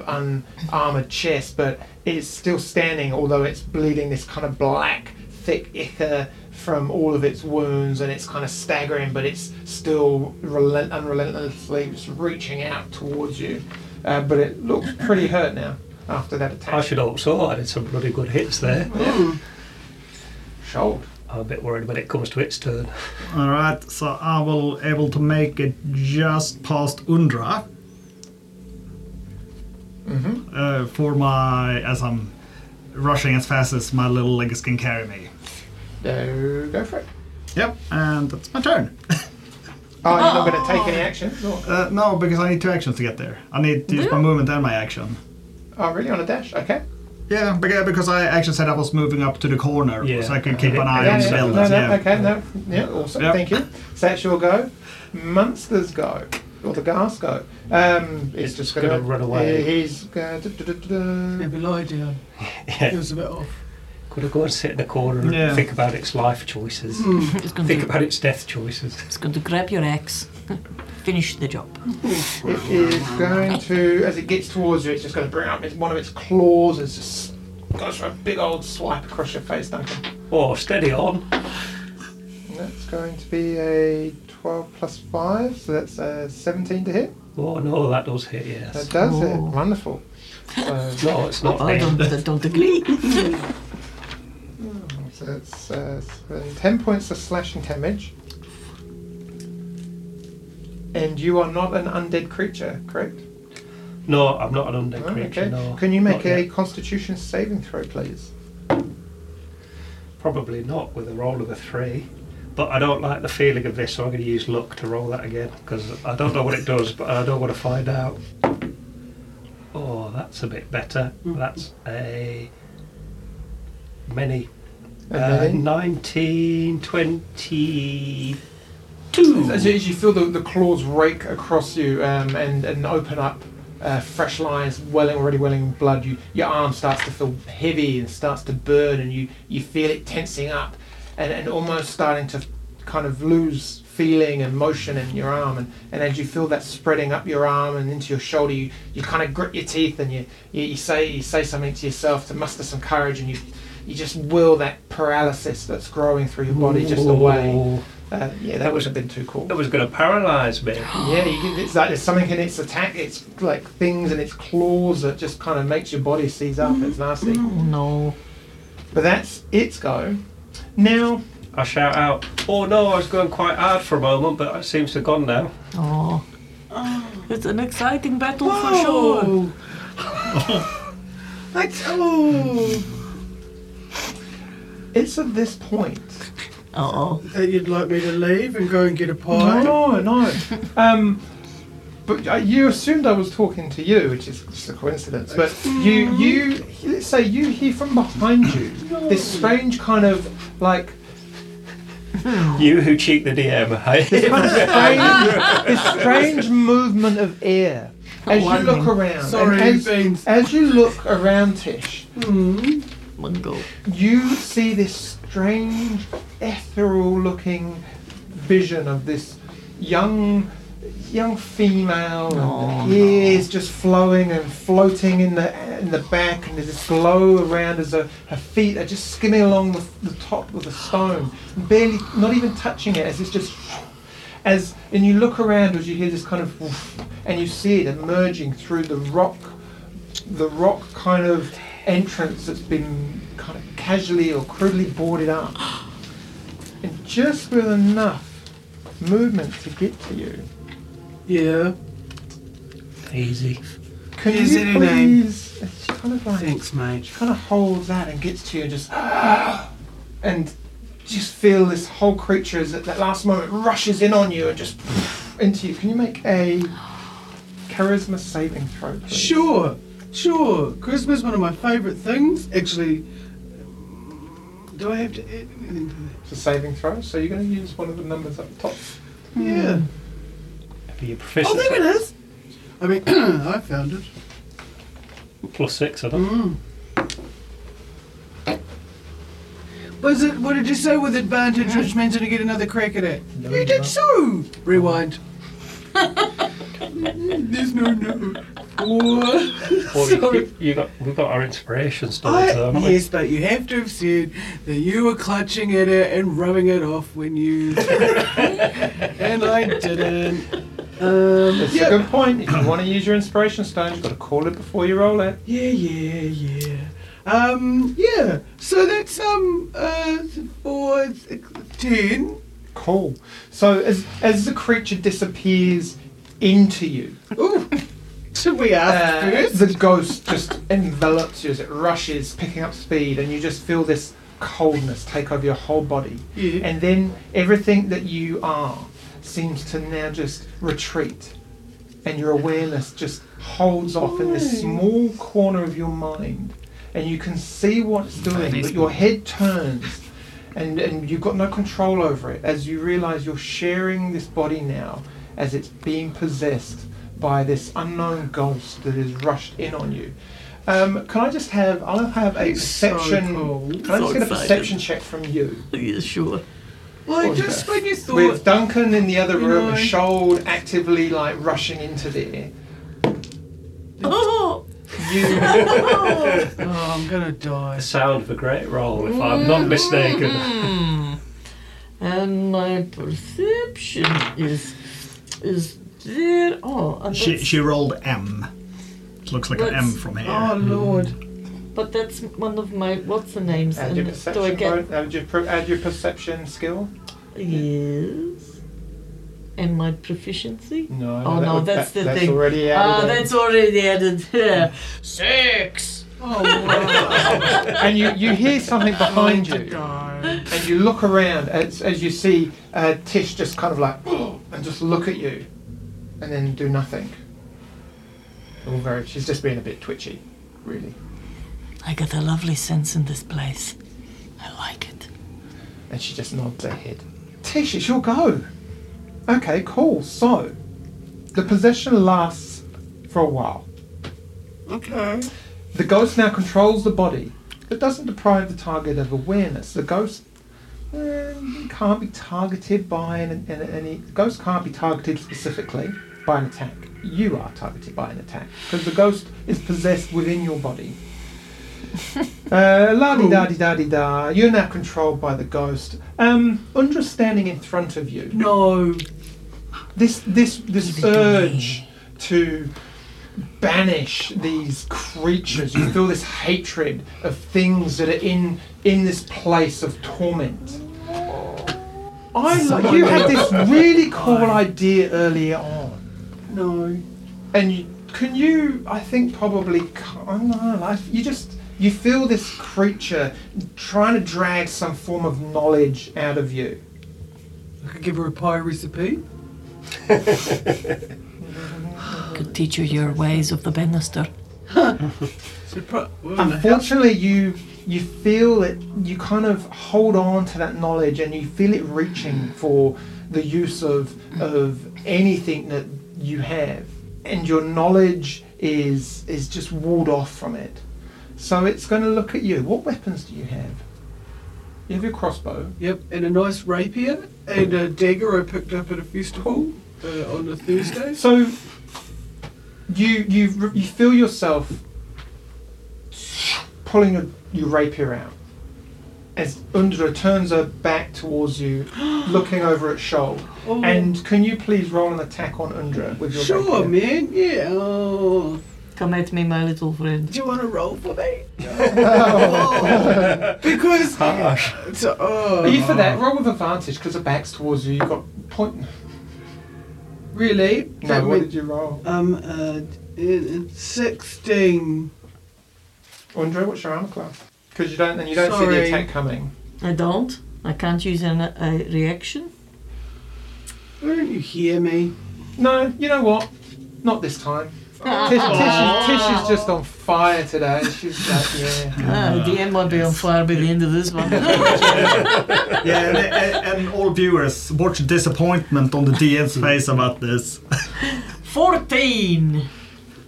unarmored chest, but it's still standing, although it's bleeding this kind of black, thick ichor from all of its wounds, and it's kind of staggering, but it's still relent- unrelentlessly just reaching out towards you uh, but it looks pretty hurt now after that attack. I should hope so. I did some bloody good hits there. Shoulder. I'm a bit worried when it comes to its turn. Alright, so I will able to make it just past Undra. Uh, for my. as I'm rushing as fast as my little legs can carry me. No, go for it. Yep, and that's my turn. Oh, you're not going to take any Oh, action? No. Uh, no, because I need two actions to get there. I need to use my movement and my action. Oh, really? On a dash? Okay. Yeah, beca- because I actually said I was moving up to the corner, Yeah. so I could keep an eye yeah, on the yeah, buildings. no, no, yeah. okay, no. Yeah, awesome. Yep. Thank you. So that's your go. Monsters go. Or the gas go. Um, it's, It's just gonna going to run away. he's going Yeah, to. but lie down. It Yeah. was a bit off. Could have gone and sit in the corner and Yeah. think about its life choices, It's going, think to, about its death choices. it's going to grab your axe, finish the job. It is going to, as it gets towards you, it's just going to bring up its, one of its claws and just goes for a big old swipe across your face, Duncan. Oh, steady on. That's going to be a 12 plus 5, so that's a 17 to hit. Oh no, that does hit, yes. That does it. Ooh. Wonderful. So, No, it's not. I Oh, don't, dead. I don't agree. so that's uh, seven- 10 points of slashing damage. And you are not an undead creature, correct? No, I'm not an undead No? creature. No. Oh, Can you make Not a yet. constitution saving throw, please? Probably not with a roll of a three. But I don't like the feeling of this, so I'm going to use luck to roll that again because I don't know what it does, but I don't want to find out. Oh, that's a bit better. Hmm. That's a many. Uh, Okay. 19, 22. As you, as you feel the, the claws rake across you um, and, and open up uh, fresh lines, welling already welling with blood, you, your arm starts to feel heavy and starts to burn, and you, you feel it tensing up and, and almost starting to kind of lose feeling and motion in your arm. And, and as you feel that spreading up your arm and into your shoulder, you, you kind of grit your teeth and you, you, you say you say something to yourself to muster some courage, and you you just will that paralysis that's growing through your body just away. Ooh, Uh, yeah, that would have been too cool. That was going to paralyse me. Yeah, you can, it's like there's something in its attack. It's like things in its claws that just kind of makes your body seize up. It's nasty. Oh no. But that's its go. Now, I shout out, oh no, I was going quite hard for a moment, but it seems to have gone now. Oh. It's an exciting battle for sure. That's oh. it's at this point. Oh. That Uh, you'd like me to leave and go and get a pie? No, no. um, but uh, you assumed I was talking to you, which is just a coincidence. But you, you, let's say you hear from behind you this strange kind of like You who cheat the DM, hey? kind of strange, this strange movement of air as you look around. Sorry, and Beans. as, as you look around, Tish, Mungo. you see this strange ethereal-looking vision of this young, young female, Oh, and the ears just flowing and floating in the in the back, and there's this glow around as her, her feet are just skimming along the, the top of the stone, barely, not even touching it, as it's just as and you look around as you hear this kind of woof, and you see it emerging through the rock the rock kind of entrance that's been kind of casually or crudely boarded up and just with enough movement to get to you Yeah. Easy. can Is you it an aim? please it's kind of like Thanks, mate. she kind of holds that and gets to you and just and just feel this whole creature is at that last moment rushes in on you and just into you. Can you make a charisma saving throw? Please? Sure, sure. Christmas, one of my favourite things. Actually, do I have to add anything to that? It's a saving throw, so you're going to use one of the numbers up top. Yeah. Are you Oh, proficient? there it is. I mean, I found it. Plus six, I don't. Mm. Was it? What did you say with advantage, which means I get another crack at it? you did so. Rewind. There's no no. Whoa. Well, you, you- you got, we've got our inspiration stories, I, haven't we? yes, but you have to have said that you were clutching at it and rubbing it off when you. and I didn't. Um, It's a yeah, good point. If you want to use your inspiration stone, you've got to call it before you roll it. yeah, yeah, yeah. Um, yeah. So that's um uh four th- ten. Cool. So as as the creature disappears into you, Ooh. Should we ask uh, first? the ghost just envelops you as it rushes, picking up speed, and you just feel this coldness take over your whole body. Yeah. And then everything that you are seems to now just retreat, and your awareness just holds off in this small corner of your mind, and you can see what it's doing, but your head turns. And, and you've got no control over it as you realize you're sharing this body now as it's being possessed by this unknown ghost that is rushed in on you. Um, can I just have? I'll have a It's so perception. cool. Can So I just get a excited. perception check from you? Yeah, sure. Well, Or just that. when you thought. With Duncan in the other you room, and know- Shold actively like rushing into there. Oh, You oh, I'm gonna die. The sound of a great roll, if I'm not mistaken. hmm. And my perception is is there. Oh, and She, that's- she rolled M. It looks like an M Let's- from here. Oh lord. but that's one of my what's the names? add And your do I perception. get bon- Add your, per- add your perception skill. yes? And my proficiency? No. Oh, that no, would- that's that- the that's thing. already Ah, added. in. that's already added. Yeah. Six. Oh wow. and you, you hear something behind you. Oh God. and you look around as, as you see uh, Tish just kind of like and just look at you and then do nothing. All very, she's just being a bit twitchy, really. I got a lovely sense in this place. I like it. And she just nods her head. Tish, it's your go. Okay, cool. So, the possession lasts for a while. Okay. The ghost now controls the body, but doesn't deprive the target of awareness. The ghost eh, can't be targeted by an, an, any. Ghost can't be targeted specifically by an attack. You are targeted by an attack because the ghost is possessed within your body. Uh, la di da di da di da. You're now controlled by the ghost. Um, Undra standing in front of you No. this this this Give it to urge to banish these creatures you feel this hatred of things that are in in this place of torment i lo- you had this really cool idea earlier on No. and you, can you i think probably ca- i don't know like, you just you feel this creature trying to drag some form of knowledge out of you I could give her a pie recipe. Could teach you your ways of the banister. So pro- well, Unfortunately, you you feel it. You kind of hold on to that knowledge, and you feel it reaching for the use of of anything that you have, and your knowledge is is just walled off from it. So it's going to look at you. What weapons do you have? You have your crossbow. Yep, and a nice rapier and a dagger I picked up at a festival uh, on a Thursday. So you you you feel yourself pulling your, your rapier out as Undra turns her back towards you, looking over at Shoal. Oh. And can you please roll an attack on Undra with your Sure, rapier? man. Yeah. Oh. Come at me, my little friend. Do you want to roll for me? Oh. Because. Harsh. So, oh. Are you for that? Roll with advantage because her back's towards you. You got point. Really? No, That what meant- did you roll? Um, uh, uh, 16. Undra, what's your armor class? Because you don't, and you don't see the Sorry. attack coming. I don't. I can't use an, a reaction. Why don't you hear me? No, you know what? Not this time. Tish, Tish, is, Tish is just on fire today. She's like, yeah. Ah, the DM might be on fire by the end of this one. Yeah, and, and, and all viewers watch disappointment on the DM's face about this. Fourteen.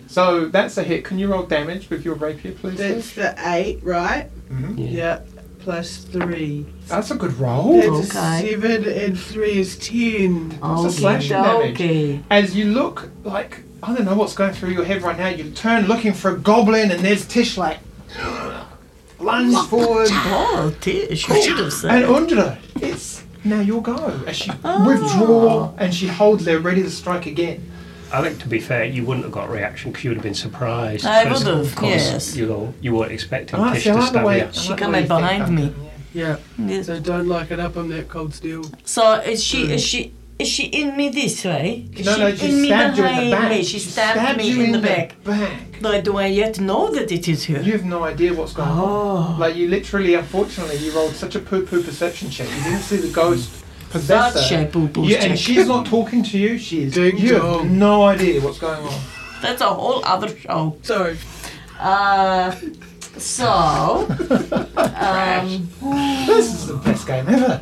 So that's a hit. Can you roll damage with your rapier, please? That's the eight, right? Mhm. Yeah. Yep. Plus three. That's a good roll. That's okay. seven and three is ten. It's a slash damage. Okay. As you look, like, I don't know what's going through your head right now, you turn looking for a goblin, and there's Tish, like, lunge forward. Oh, Tish, you should have And said. Undra, it's now your go. As she Oh. withdraw and she holds there, ready to strike again. I think to be fair, you wouldn't have got a reaction because you would have been surprised. I Because, would have, of course, yes. You know, you weren't expecting Ah, Tish see, I to like the stab way- you. I She like the come way in you think behind about me. it, yeah. Yeah. Yes. So don't like it up on that cold steel. So is she is she is she in me this way? Is No, she no, she in me stabbed you in the behind back. Me. She stabbed, me you in, the back. back. But do I yet know that it is her? You have no idea what's going Oh. on. Like you literally, unfortunately, you rolled such a poo-poo perception check. You didn't see the ghost possess Such her. a boo-boo Yeah, and check. she's not talking to you. She is. Ding you have dong. no idea what's going on. That's a whole other show. Sorry. Uh, so um, This is the best game ever.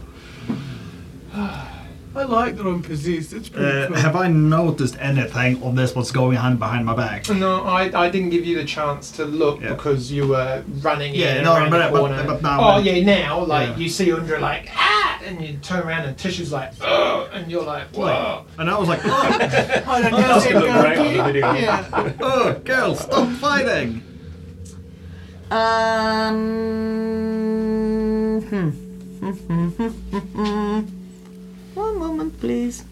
I like that I'm possessed. It's pretty Uh, cool. have I noticed anything of this? What's going on behind my back? No, I, I didn't give you the chance to look Yeah. because you were running Yeah, in no, around but- the but- corner. but now oh I'm- yeah, now like Yeah. you see Undra like ah, and you turn around and Tisha's like oh, and you're like whoa. And I was like, oh, I don't know. Look great on the video. oh girl, stop fighting! um, hmm. one moment, please.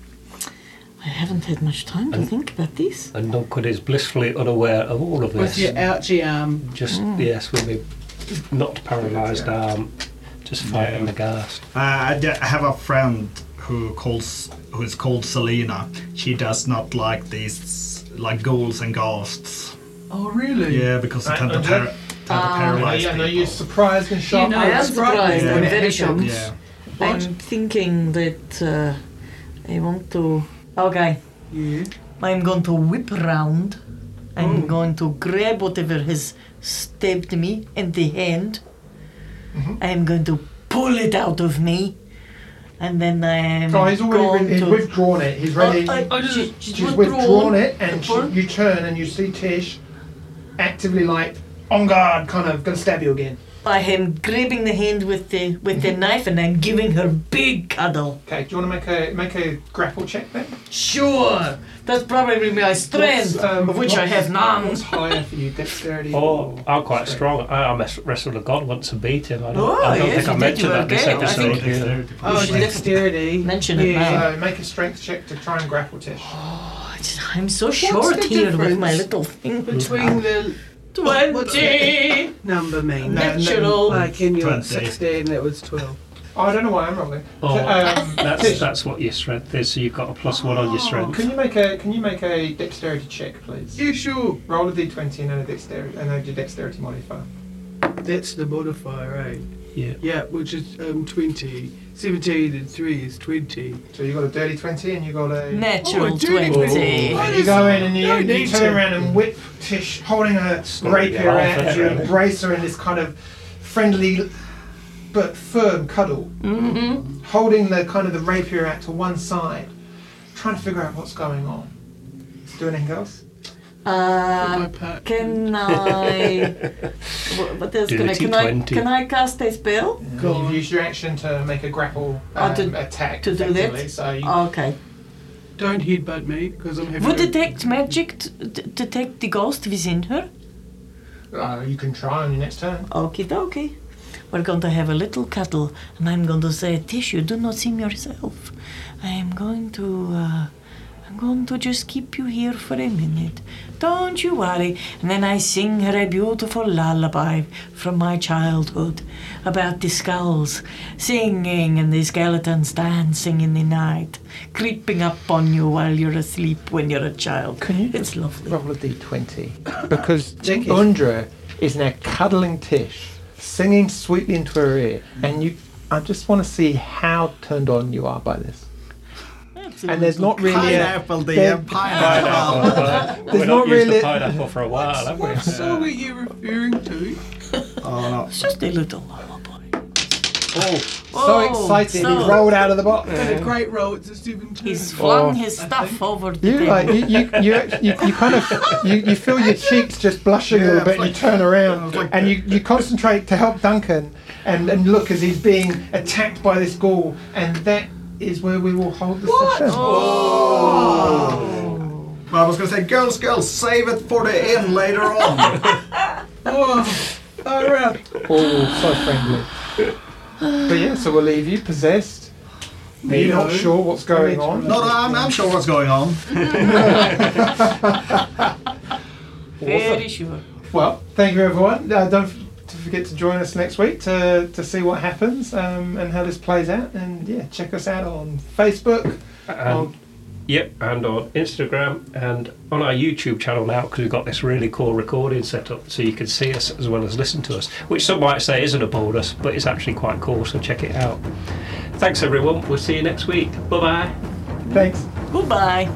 I haven't had much time to think about this. And Duncan is blissfully unaware of all of With this. your ouchie arm. Just, yes, with me not paralysed arm, just fighting the ghast. Uh, I d- I have a friend who calls who is called Selena. She does not like these like ghouls and ghosts. Oh, really? Yeah, because they Right, tend to, okay. par- tend to I paralyze know, I know people. you're surprised and shocked. know, I am that's right. surprised. Yeah. I'm Yeah. very shocked. yeah. I'm What? thinking that uh, I want to. Okay, Yeah. I'm going to whip round. I'm going to grab whatever has stabbed me in the hand. Mm-hmm. I'm going to pull it out of me, and then I'm Oh, he's already going re- he's to. withdrawn it. He's ready. Oh, I- she- she's She's withdrawn it, and she, Withdrawn? you turn and you see Tish actively like on guard, kind of gonna stab you again. I am grabbing the hand with the with Mm-hmm. the knife, and I'm giving her big cuddle. Okay, do you want to make a make a grapple check then? Sure, that's probably my strength, What's, um, of which I what's- have none. What's higher for you, dexterity? Oh, or- I'm quite strong. I, I mess- wrestled a god once and beat him. I don't, Oh, I don't yes, think I you did. mentioned You were that this gay. I episode. think- yeah. Oh, should dexterity. Mention it now. So Uh, make a strength check to try and grapple Tish. Oh, I'm so short the here with my difference? little finger. Between the Twenty. number mean. No, Natural. Like in your Twenty. 16, that was 12. Oh, I don't know why I'm rolling. Oh, uh, um, that's, Tish, that's what your strength is, so you've got a plus one Oh, on your strength. can you make a can you make a dexterity check, please? Yeah, sure. Roll a d20 and add a dexterity and add your dexterity modifier. That's the modifier, eh? right? Yeah. Yeah, which is um, 20. 17 and 3 is 20. So you got a dirty 20 and you got a Natural Oh, dude, twenty. it's- You go in and you, No you need turn to. around and whip Tish, holding her Sort of rapier get off out, it, you really. embrace her in this kind of friendly but firm cuddle, Mm-hmm. holding the kind of the rapier out to one side, trying to figure out what's going on. Do anything else? My Uh, pack. can I? wha- what else can I? Dirty Can I? 20. Can I cast a spell? Go You've on. used your action to make a grapple Oh, um, to- attack to do that? effectively, So you, Okay. Don't headbutt me, because I'm having Would a- detect magic t- t- detect the ghost within her? uh, you can try on your next turn. Okie dokie. We're going to have a little cuddle, and I'm going to say, Tish, you do not seem yourself. I am going to, uh, I'm going to just keep you here for a minute. Don't you worry. And then I sing her a beautiful lullaby from my childhood about the skulls singing and the skeletons dancing in the night, creeping up on you while you're asleep when you're a child. Can you- It's lovely. Roll a d20 because Jinkies. Undra is now cuddling Tish, singing sweetly into her ear, and you. I just want to see how turned on you are by this. And there's not really uh, a, Pineapple, They're- dear, pineapple. Pineapple. We've not not used really- the pineapple for a while, have we? What song are you referring to? Oh, no. It's just a little lullaby. so Oh, excited so- he rolled out of the box. Had a great roll. It's a Stephen Turner. He's flung Oh. his stuff over the You table. like you you, you, act- you, you kind of you, you feel your cheeks just blushing a Yeah, little bit. it's and you turn around like- and you, you concentrate to help Duncan and, and look as he's being attacked by this ghoul. And that is where we will hold the session. Oh, Well, I was gonna say, girls, girls, save it for the end later on. Oh, all right. All so friendly. But yeah, so we'll leave you possessed. You're not sure what's going on. no, no, I'm, I'm sure what's going on. Very sure. Well, thank you everyone. Uh, don't f- to forget to join us next week to, to see what happens um, and how this plays out. And yeah, check us out on Facebook. And, on- yep, and on Instagram and on our YouTube channel now because we've got this really cool recording set up so you can see us as well as listen to us, which some might say isn't a bonus, but it's actually quite cool, so check it out. Thanks everyone, we'll see you next week. Bye bye. thanks. Goodbye.